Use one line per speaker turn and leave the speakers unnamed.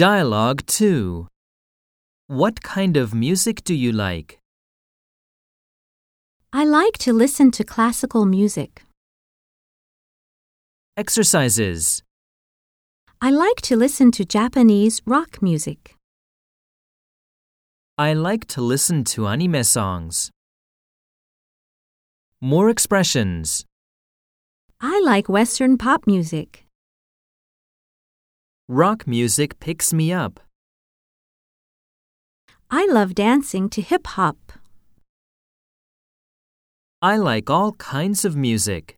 Dialogue 2 What kind of music do you like?
I like to listen to classical music.
Exercises.
I like to listen to Japanese rock music.
I like to listen to anime songs. More expressions.
I like Western pop music.
Rock music picks me up.
I love dancing to hip hop.
I like all kinds of music.